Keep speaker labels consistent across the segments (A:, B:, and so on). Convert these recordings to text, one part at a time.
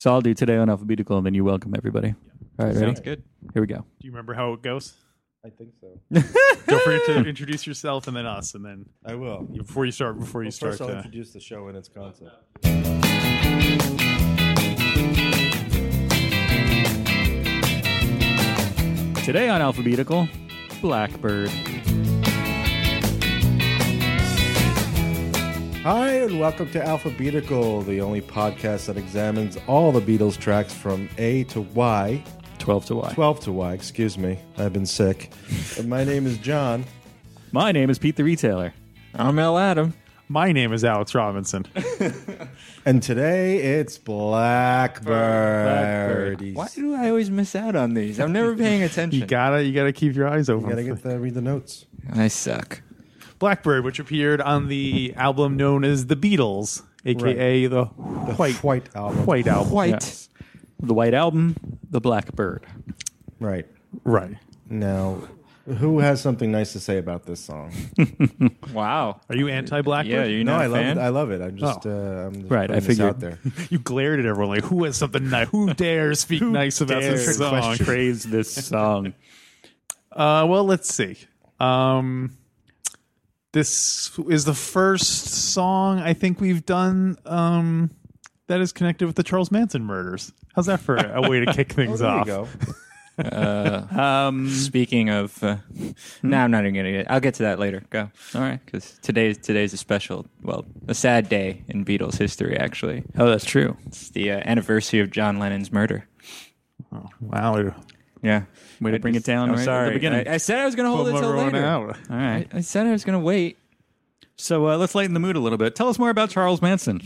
A: So I'll do today on alphabetical, and then you welcome everybody. All right, ready?
B: Sounds good.
A: Here we go.
C: Do you remember how it goes?
D: I think so.
C: Don't forget to introduce yourself and then us, and then
D: I will.
C: before you start, before you
D: Well,
C: start.
D: first, I'll
C: uh,
D: introduce the show and its concept.
A: Today on alphabetical, Blackbird.
D: Hi, and welcome to Alphabetical, the only podcast that examines all the Beatles tracks from A to Y,
A: 12 to Y.
D: 12 to Y, excuse me. I've been sick. And my name is John.
A: My name is Pete the Retailer.
B: I'm L. Adam.
C: my name is Alex Robinson.
D: And today it's Blackbird.
B: Why do I always miss out on these? I'm never paying attention.
C: you gotta, you gotta keep your eyes
D: You gotta
C: open.
D: get the, read the notes.
B: I suck.
C: Blackbird, which appeared on the album known as the Beatles, aka the White
D: White album.
C: White album.
B: White.
C: Yes.
A: The White Album, The Blackbird.
D: Right.
C: Right.
D: Now, who has something nice to say about this song?
B: Wow.
C: Are you anti-Blackbird?
B: Yeah, you're
D: no,
B: not
D: I
B: a
D: love
B: fan?
D: it. I love it. I'm just,
C: Oh.
D: uh, I'm just
A: Right,
D: putting
A: I
D: this
A: figured.
D: out there.
C: You glared at everyone like, "Who has something nice? Who dares speak nice about this song?"
A: praise this song.
C: Uh, well, let's see. Um, this is the first song I think we've done um, that is connected with the Charles Manson murders. How's that for a way to kick things
D: Oh, There you
C: off?
D: go.
A: Um,
B: Uh, Speaking of, uh, no, I'm not even gonna get. I'll get to that later. Go. All right, because today's today's a special, well, a sad day in Beatles history. Actually,
A: oh, that's true.
B: it's the uh, anniversary of John Lennon's murder.
C: Oh, wow,
B: Yeah,
A: Way to
B: I
A: bring it down
B: I'm
A: right at the
B: sorry.
A: beginning.
B: I, I said I was gonna hold it till later.
A: All right.
B: I said I was gonna wait.
A: So uh, let's lighten the mood a little bit. Tell us more about Charles Manson.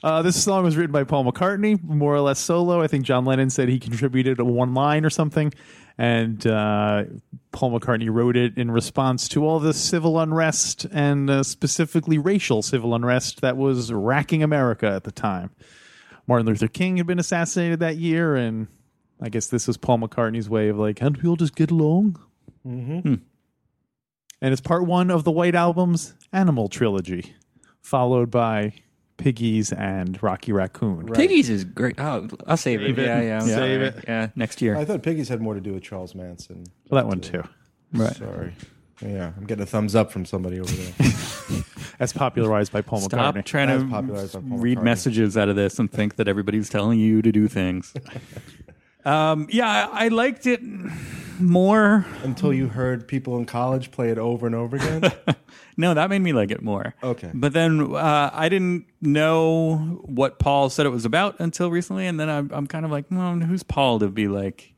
C: Uh, this song was written by Paul McCartney, more or less solo. I think John Lennon said he contributed a one line or something, and uh, Paul McCartney wrote it in response to all the civil unrest and uh, specifically racial civil unrest that was racking America at the time. Martin Luther King had been assassinated that year, and I guess this was Paul McCartney's way of like, can't we all just get along? Mm-hmm. And it's part one of the White Album's Animal Trilogy, followed by Piggies and Rocky Raccoon.
B: Piggies is great. Oh, I'll save,
C: Save
B: it.
C: it.
B: Yeah, yeah, I'm
C: Save
B: sorry.
C: it.
B: Yeah.
A: Next year.
D: I thought piggies had more to do with Charles Manson.
C: Well, that one too.
A: Right.
D: Sorry. Yeah, I'm getting a thumbs up from somebody over there.
C: That's popularized by Paul
A: Stop
C: McCartney.
A: trying
D: As
A: to
D: popularized by Paul
A: read
D: McCartney.
A: messages out of this and think that everybody's telling you to do things. um, yeah, I I liked it more.
D: Until you heard people in college play it over and over again.
A: No, that made me like it more.
D: Okay.
A: But then uh, I didn't know what Paul said it was about until recently. And then I'm, I'm kind of like, well, who's Paul to be like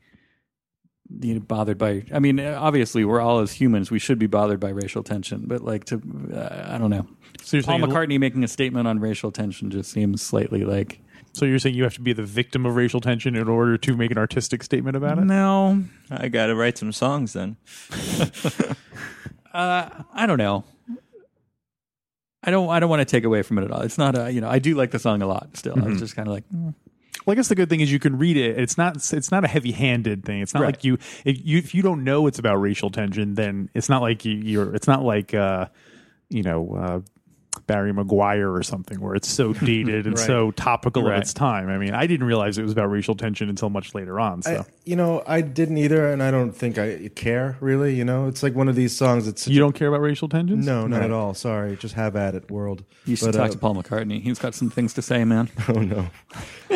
A: you know, bothered by? I mean, obviously, we're all as humans. We should be bothered by racial tension. But like to, uh, I don't know.
C: So you're,
A: Paul
C: saying,
A: McCartney making a statement on racial tension just seems slightly like.
C: so you're saying you have to be the victim of racial tension in order to make an artistic statement about it?
A: No,
B: I gotta write some songs then.
A: Uh, I don't know. I don't. I don't want to take away from it at all. It's not a. You know, I do like the song a lot. Still, I was just kind of like, mm.
C: Well, I guess the good thing is you can read it. It's not it's not a heavy handed thing. It's not
A: Right.
C: like you if you if you don't know it's about racial tension, then it's not like you, you're it's not like uh, you know uh, Barry McGuire or something where it's so dated and so topical of
A: Right.
C: its time. I mean, I didn't realize it was about racial tension until much later on. So
D: I, you know, I didn't either, and I don't think I care really. You know, it's like one of these songs that's
C: you don't care about racial tensions?
D: no, not at all. Sorry, just have at it, world.
A: you should
D: But,
A: talk
D: uh,
A: to Paul McCartney. He's got some things to say, man.
D: Oh no,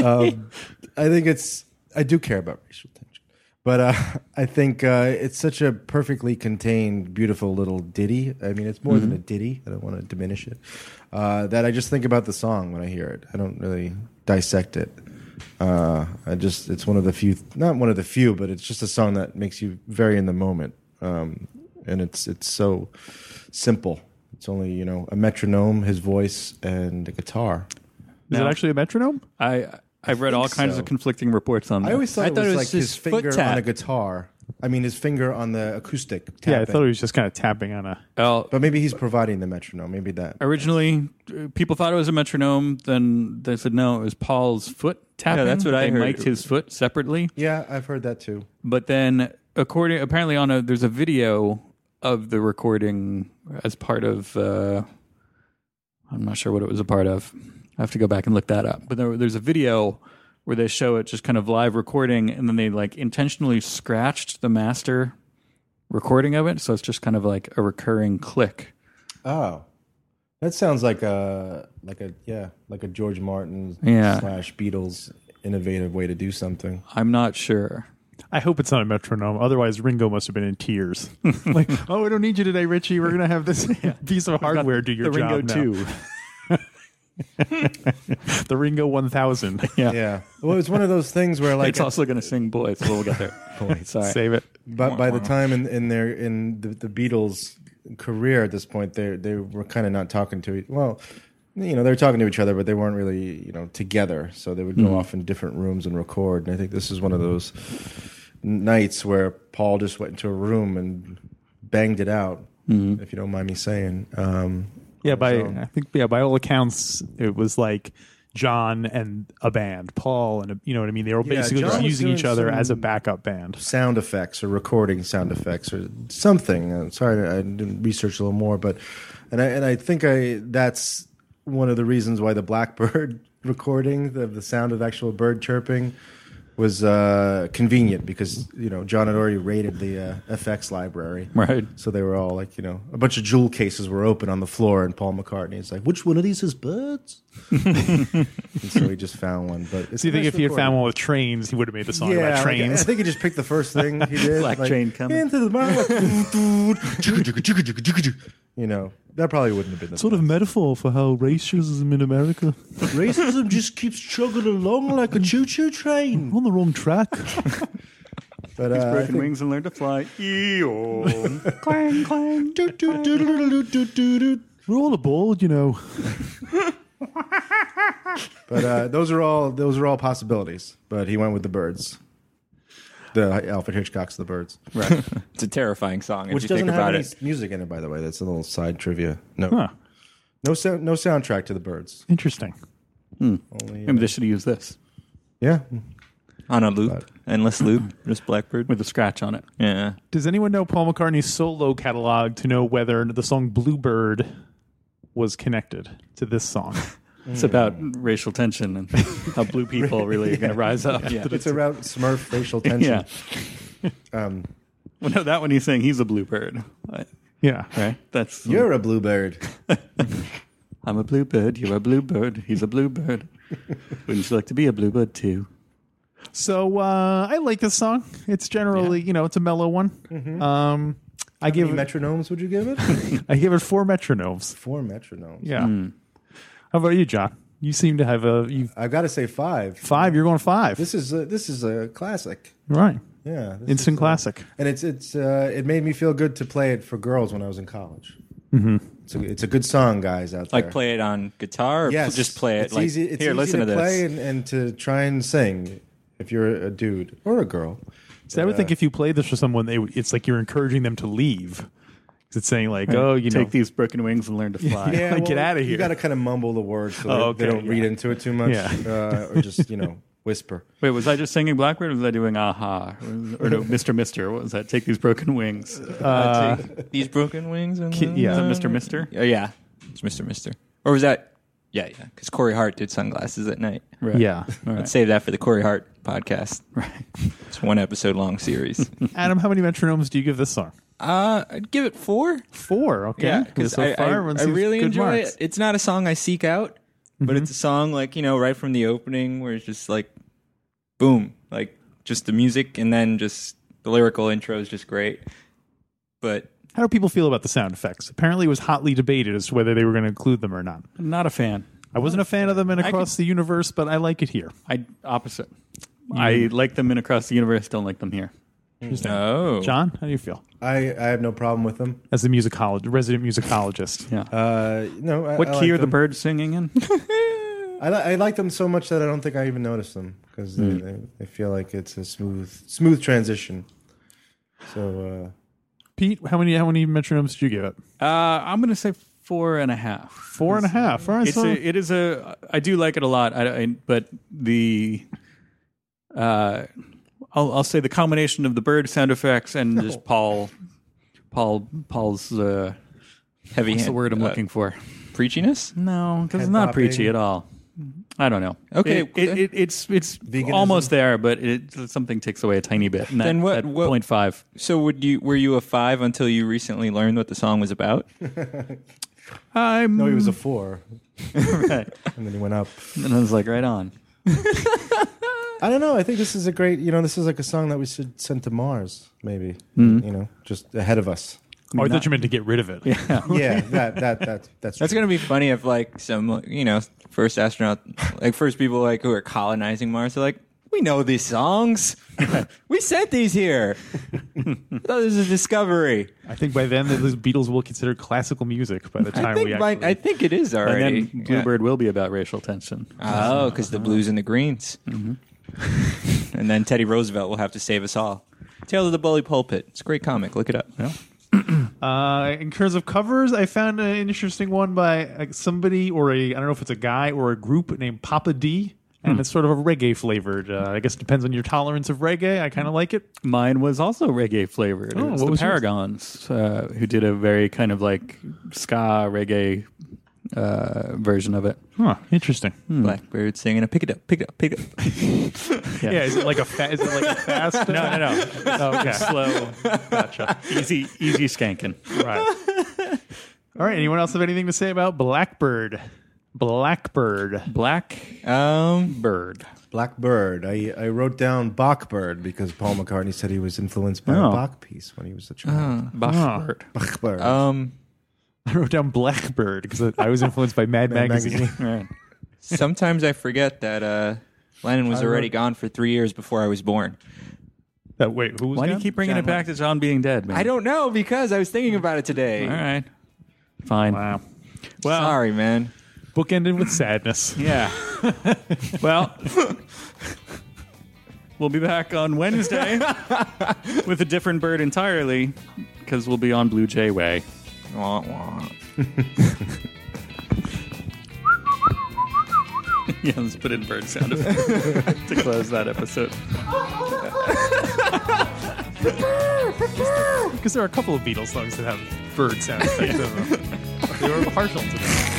D: um, I think it's. I do care about racial tension, but uh, I think uh, it's such a perfectly contained, beautiful little ditty. I mean, it's more than a ditty. I don't want to diminish it. Uh, that I just think about the song when I hear it. I don't really dissect it. Uh, I just it's one of the few, not one of the few, but it's just a song that makes you very in the moment, um, and it's it's so simple. It's only you know a metronome, his voice, and a guitar.
C: Is it actually a metronome?
A: I I've read all kinds
D: so.
A: of conflicting reports on that.
D: I always thought
B: I
D: it
B: thought
D: was,
B: it was
D: like his,
B: his foot
D: finger
B: tap.
D: on a guitar. I mean, his finger on the acoustic. Tapping.
C: Yeah, I thought it was just kind of tapping on a.
A: Oh,
D: But maybe he's providing the metronome. Maybe that.
A: originally, uh, people thought it was a metronome. Then they said no, it was Paul's foot tapping.
B: that's what I
A: they
B: heard.
A: mic'd his foot separately.
D: Yeah, I've heard that too.
A: But then, according apparently on a there's a video of the recording as part of. Uh, I'm not sure what it was a part of. I have to go back and look that up. But there, there's a video where they show it just kind of live recording, and then they like intentionally scratched the master recording of it, so it's just kind of like a recurring click.
D: Oh, that sounds like a like a yeah like a George Martin
A: Yeah.
D: slash Beatles innovative way to do something.
A: I'm not sure.
C: I hope it's not a metronome. Otherwise, Ringo must have been in tears. like, oh, we don't need you today, Richie. We're gonna have this piece of hardware do your
A: the
C: job
A: Ringo
C: now.
A: Two.
C: The Ringo One Thousand.
A: Yeah.
D: Yeah. Well, it's one of those things where like
A: it's also going to sing boys. We'll get there. Sorry.
C: Save it.
D: But by the time in, in their in the, the Beatles' career at this point, they they were kind of not talking to each. Well, you know, they were talking to each other, but they weren't really you know together. So they would go off in different rooms and record. And I think this is one of those nights where Paul just went into a room and banged it out. If you don't mind me saying, um,
C: Yeah, by
D: So-
C: I think yeah, by all accounts, it was like John and a band, Paul and a, you know what I mean. They were
D: Yeah,
C: basically
D: John
C: just
D: was
C: using each
D: doing
C: other
D: some-
C: as a backup band.
D: sound effects or recording sound effects or something. Uh, sorry, I didn't research a little more, but and I and I think I that's one of the reasons why the blackbird recording the, the sound of actual bird chirping was uh, convenient because you know John had already raided the uh, effects library.
A: Right.
D: So they were all like, you know, a bunch of jewel cases were open on the floor, and Paul McCartney is like, "Which one of these is birds?" and so he just found one. But it's
C: So you think
D: nice
C: if he had
D: recording.
C: found one with trains, he would have made the song
D: Yeah,
C: about
D: like, I
C: trains.
D: think he just picked the first thing he did.
A: Black
D: like,
A: train coming.
D: Into the mile. you know, that probably wouldn't have been the
C: of metaphor for how racism in America
D: Racism just keeps chugging along like a choo-choo train.
C: on the wrong track.
D: But uh, I
A: Broken
D: think-
A: wings and learn to fly. Eeyore.
B: clang, clang.
C: We're all aboard, you know.
D: but uh, those are all those are all possibilities. But he went with the birds. The Alfred Hitchcock's The Birds,
A: right.
B: It's a terrifying song if
D: which
B: you
D: doesn't
B: think
D: have
B: about
D: any
B: it.
D: music in it, by the way. That's a little side trivia. No,
C: Huh.
D: no sound, no soundtrack to The Birds.
C: Interesting.
D: Only, uh,
A: Hmm. Maybe they should have used this
D: yeah,
B: On a loop, endless loop, just Blackbird.
A: with a scratch on it.
B: Yeah.
C: Does anyone know Paul McCartney's solo catalog to know whether the song Bluebird was connected to this song?
A: It's about racial tension and how blue people really are going to rise up. Yeah.
D: it's around Smurf racial tension.
A: Yeah.
D: Um,
A: Well, no, that one he's saying he's a bluebird. Right?
C: yeah.
A: That's
D: You're a bluebird.
A: I'm a bluebird. You're a bluebird. He's a bluebird. Wouldn't you like to be a bluebird too?
C: So uh, I like this song. It's generally, you know, it's a mellow one.
D: Mm-hmm.
C: Um, I give
D: Any
C: it,
D: metronomes would you give it?
C: I give it four metronomes.
D: Four metronomes.
C: Yeah. How about you, John? You seem to have a you
D: I've got to say five.
C: five. You're going five,
D: This is a, this is a classic.
C: right?
D: Yeah, this
C: Instant
D: is uh, a-
C: classic.
D: and it's it's uh, it made me feel good to play it for girls when I was in college. Mm-hmm. It's a it's a good song, guys out there.
B: Like play it on guitar or
D: yes,
B: just play it
D: It's
B: like
D: easy, it's
B: here,
D: easy
B: listen to,
D: to,
B: this.
D: play and, and to try and sing if you're a dude or a girl.
C: So I would
D: uh,
C: think if you played this for someone, they, would- it's like you're encouraging them to leave. 'Cause It's saying like, oh, you
A: Take
C: know,
A: these broken wings and learn to fly.
D: Yeah,
C: Like, get outta
D: You
C: here.
D: got to kind of mumble the words so
C: Oh,
D: they- they
C: okay,
D: don't read into it too much,
C: Yeah.
D: uh, or just you know whisper.
A: Wait, was I just singing Blackbird or was I doing Aha? Or, or no, Mr. Mister. What was that? Take these broken wings.
B: Uh, these broken wings and
C: Ki- yeah.
A: Is that Mr. Mister?
B: Yeah, yeah. It's Mr. Mister. Or was that? Yeah, yeah. Because Corey Hart did sunglasses at night.
A: Right.
C: yeah.
A: All
B: Let's
A: right.
B: save that for the Corey Hart podcast. Right. It's one episode long series.
C: Adam, how many metronomes do you give this song?
B: uh, I'd give it four.
C: Four. Okay.
B: Yeah, because
C: so
B: I,
C: far,
B: I-
C: everyone
B: I
C: seems
B: really
C: good
B: enjoy
C: marks. Mm-hmm.
B: it. It's not a song I seek out, but it's a song like you know right from the opening where it's just like, boom, like just the music and then just the lyrical intro is just great. But
C: How do people feel about the sound effects? Apparently, it was hotly debated as to whether they were going to include them or not.
A: Not a fan.
C: I wasn't a fan of them in across the universe, but I like it here.
A: I opposite. I like them in Across the Universe. Don't like them here.
B: oh,
C: John, how do you feel
D: I I have no problem with them.
C: as a musicologist, resident musicologist?
A: Yeah.
D: Uh, no, I,
A: what
D: I
A: key
D: like
A: are the
D: them.
A: birds singing in?
D: I, li- I like them so much that I don't think I even noticed them because they, they, they feel like it's a smooth smooth transition. So uh,
C: Pete, how many how many metronomes did you give it?
A: uh, I'm going to say four and a half.
C: Four and a half. All right,
A: it's
C: so-
A: a, it is a I do like it a lot. I, I but the uh, I'll I'll say the combination of the bird sound effects and just Paul Paul Paul's uh,
B: heavy
A: what's the
B: hand-
A: word I'm
B: uh,
A: looking for?
B: preachiness.
A: No, because it's
D: Head
A: not
D: bopping.
A: preachy at all. Mm-hmm. I don't know.
B: Okay.
A: It- it- it- it's it's
D: Veganism?
A: almost there, but it, something takes away a tiny bit. And
B: Then
A: that-
B: what-
A: that
B: what-
A: point five?
B: So would you were you a five until you recently learned what the song was about?
A: I'm
D: No, he was a four,
A: right.
D: and then he went up.
A: and I was like, right on.
D: I don't know. I think this is a great. You know, this is like a song that we should send to Mars, maybe. You know, just ahead of us.
C: Oh, I thought you meant to get rid of it.
A: Yeah.
D: Yeah, that that that that's
B: That's gonna be funny if like some you know first astronaut like first people like who are colonizing Mars are like we know these songs we sent these here. I thought this was a discovery.
C: I think by then the Beatles will consider classical music by the time
B: I think
C: we actually.
B: like I think it is
A: And
B: already.
A: then Bluebird will be about racial tension.
B: Yeah. Oh, because the blues and the greens.
C: Mm-hmm.
B: and then Teddy Roosevelt will have to save us all. Tales of the Bully Pulpit. It's a great comic. Look it up.
C: Uh, in terms of covers, I found an interesting one by uh, somebody or a I don't know if it's a guy or a group named Papa D,
A: Hmm.
C: and it's sort of a reggae flavored. Uh, I guess it depends on your tolerance of reggae. I kind of like it.
A: Mine was also reggae flavored.
C: Oh,
A: it was
C: what
A: the
C: was yours?
A: Paragons, uh, who did a very kind of like ska reggae uh, version of it.
C: Huh, interesting.
B: Blackbird singing a pick it up, pick it up, pick it up.
C: Yeah. is it like a fa- is it like a fast?
A: No, no, no.
C: Oh, okay.
A: Slow,
C: Gotcha.
A: easy, easy skanking.
C: Right. All right. Anyone else have anything to say about Blackbird? Blackbird.
A: Black
B: um,
A: bird.
D: Blackbird. I I wrote down Bachbird because Paul McCartney said he was influenced by
A: Oh. Uh-huh.
D: a Bach piece when he was a child.
A: Bach
C: Huh.
A: bird.
D: Bachbird.
B: um,
C: I wrote down Blackbird because I was influenced by Mad,
D: Mad
C: Magazine.
D: magazine.
A: Right.
B: sometimes I forget that uh, Lennon was already gone for three years before I was born.
C: That wait, who was
A: Why do you
C: down?
A: keep bringing
B: John
A: it back to John being dead, man?
B: I don't know because I was thinking about it today.
A: All right. Fine.
C: Wow.
A: Well,
B: Sorry, man.
C: Book ended with sadness.
A: Yeah. well, we'll be back on Wednesday with a different bird entirely because we'll be on Blue Jay Way.
B: Wah, wah.
A: yeah, let's put in bird sound effect to close that episode.
C: Because there are a couple of Beatles songs that have bird sound effects in them. They were partial to that.